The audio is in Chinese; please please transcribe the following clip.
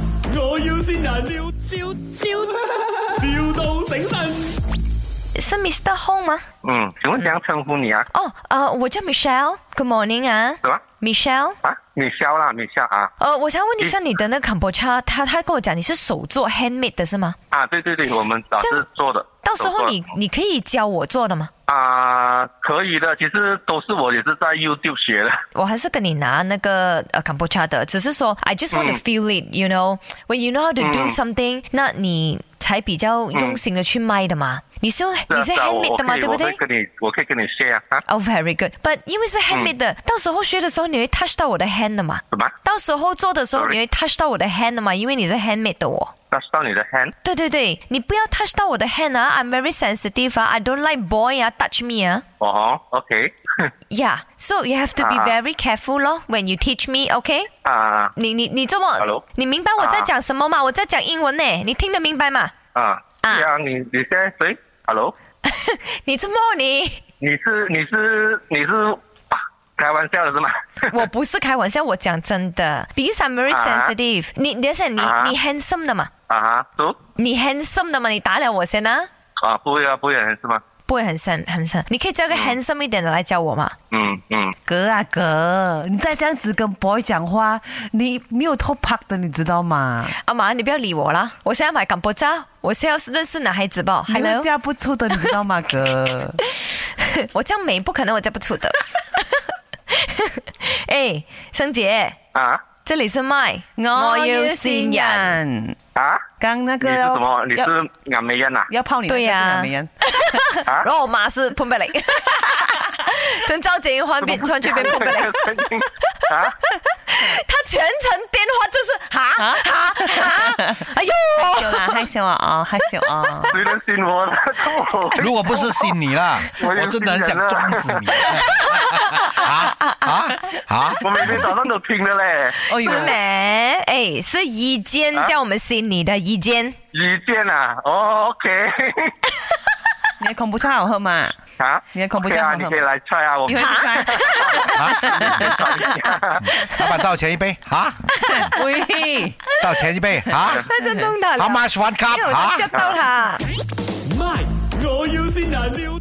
要先人，笑笑笑，,笑到醒神。是 Mr. Hong 吗？嗯，请问怎样称呼你啊？哦，呃，我叫 Michelle。Good morning 啊什么，Michelle。啊？米肖啦，米肖啊呃，我想问一下你的那 c a m b o c h a 他他跟我讲你是手做 handmade 的是吗？啊，对对对，我们老这师样做的。到时手候做你你可以教我做的吗？啊，可以的，其实都是我也是在 YouTube 学的。我还是跟你拿那个呃 c a m b o c h a 的，只是说 I just want to 嗯 feel it，you know，when you know how to do 嗯 something，那你才比较用心的去卖的嘛。你是用你是啊啊我 handmade 我的嘛，可以对我不可对以？跟你，我可以跟你 share 啊。哦、v e r y good，but 因为是 handmade 嗯的，到时候学的时候你会 touch 到我的 hand 的嘛。什么到时候做的时候 Sorry 你会 touch 到我的 hand 的嘛，因为你是 handmade 的哦。 ？touch 到你的 hand？对对对，你不要 touch 到我的 hand 啊，I'm very sensitive 啊，I don't like boy 啊，touch me 啊。哦，OK。 Yeah，so you have to be 啊 very careful 咯，when you teach me，OK？、啊你你你这么 Hello？你明白我在讲什么吗？我在讲英文呢，你听得明白吗？啊，啊对啊，你你现在谁？Hello？你这么 你，你是你是你是啊，开玩笑的是吗？我不是开玩笑，我讲真的，because I'm very 啊 sensitive 你。你等一下，你啊你 handsome 的嘛？ 啊哈，走你 handsome 的嘛？你打了我先啊，啊，不会啊，不会啊是吗？不会很 handsome handsome，你可以叫个 handsome 一点的来教我吗？嗯嗯，哥啊哥，你再这样子跟 boy 讲话，你没有 top up 的，你知道吗？阿妈，你不要理我啦，我现在买港波渣，我是要认识男孩子吧你会？Hello，嫁不出的，你知道吗？ 哥，我这样美不可能，我嫁不出的。 哎，生姐，啊这里是麦，我要新人。哦人。啊，刚那你个是要什么？你要是俺梅艳呐？要泡你对呀呀、美人。啊然后我妈是潘碧玲，从赵景云换 变穿去变潘碧玲， 啊她全程电话就是哈哈 哈，哎呦，有 啦，害羞啊哦，害羞啊。谁能信我 呢？如果不是信你啦，我我真的很想撞死你！ 啊啊啊！我每天早上都听的嘞。哦思美，哎，是怡坚啊叫我们悉尼的怡坚，遇见啊，哦，OK， 你的恐怖茶好喝吗？啊，你的恐怖 OK 啊，茶好你喝可以吗？来 try 啊，我你会不会？啊老板倒钱一杯啊，哦喂。倒钱一杯啊 那哎真弄到了啊哎，How much one 因为我 cup 啊都吓？到她。卖，我要先人，笑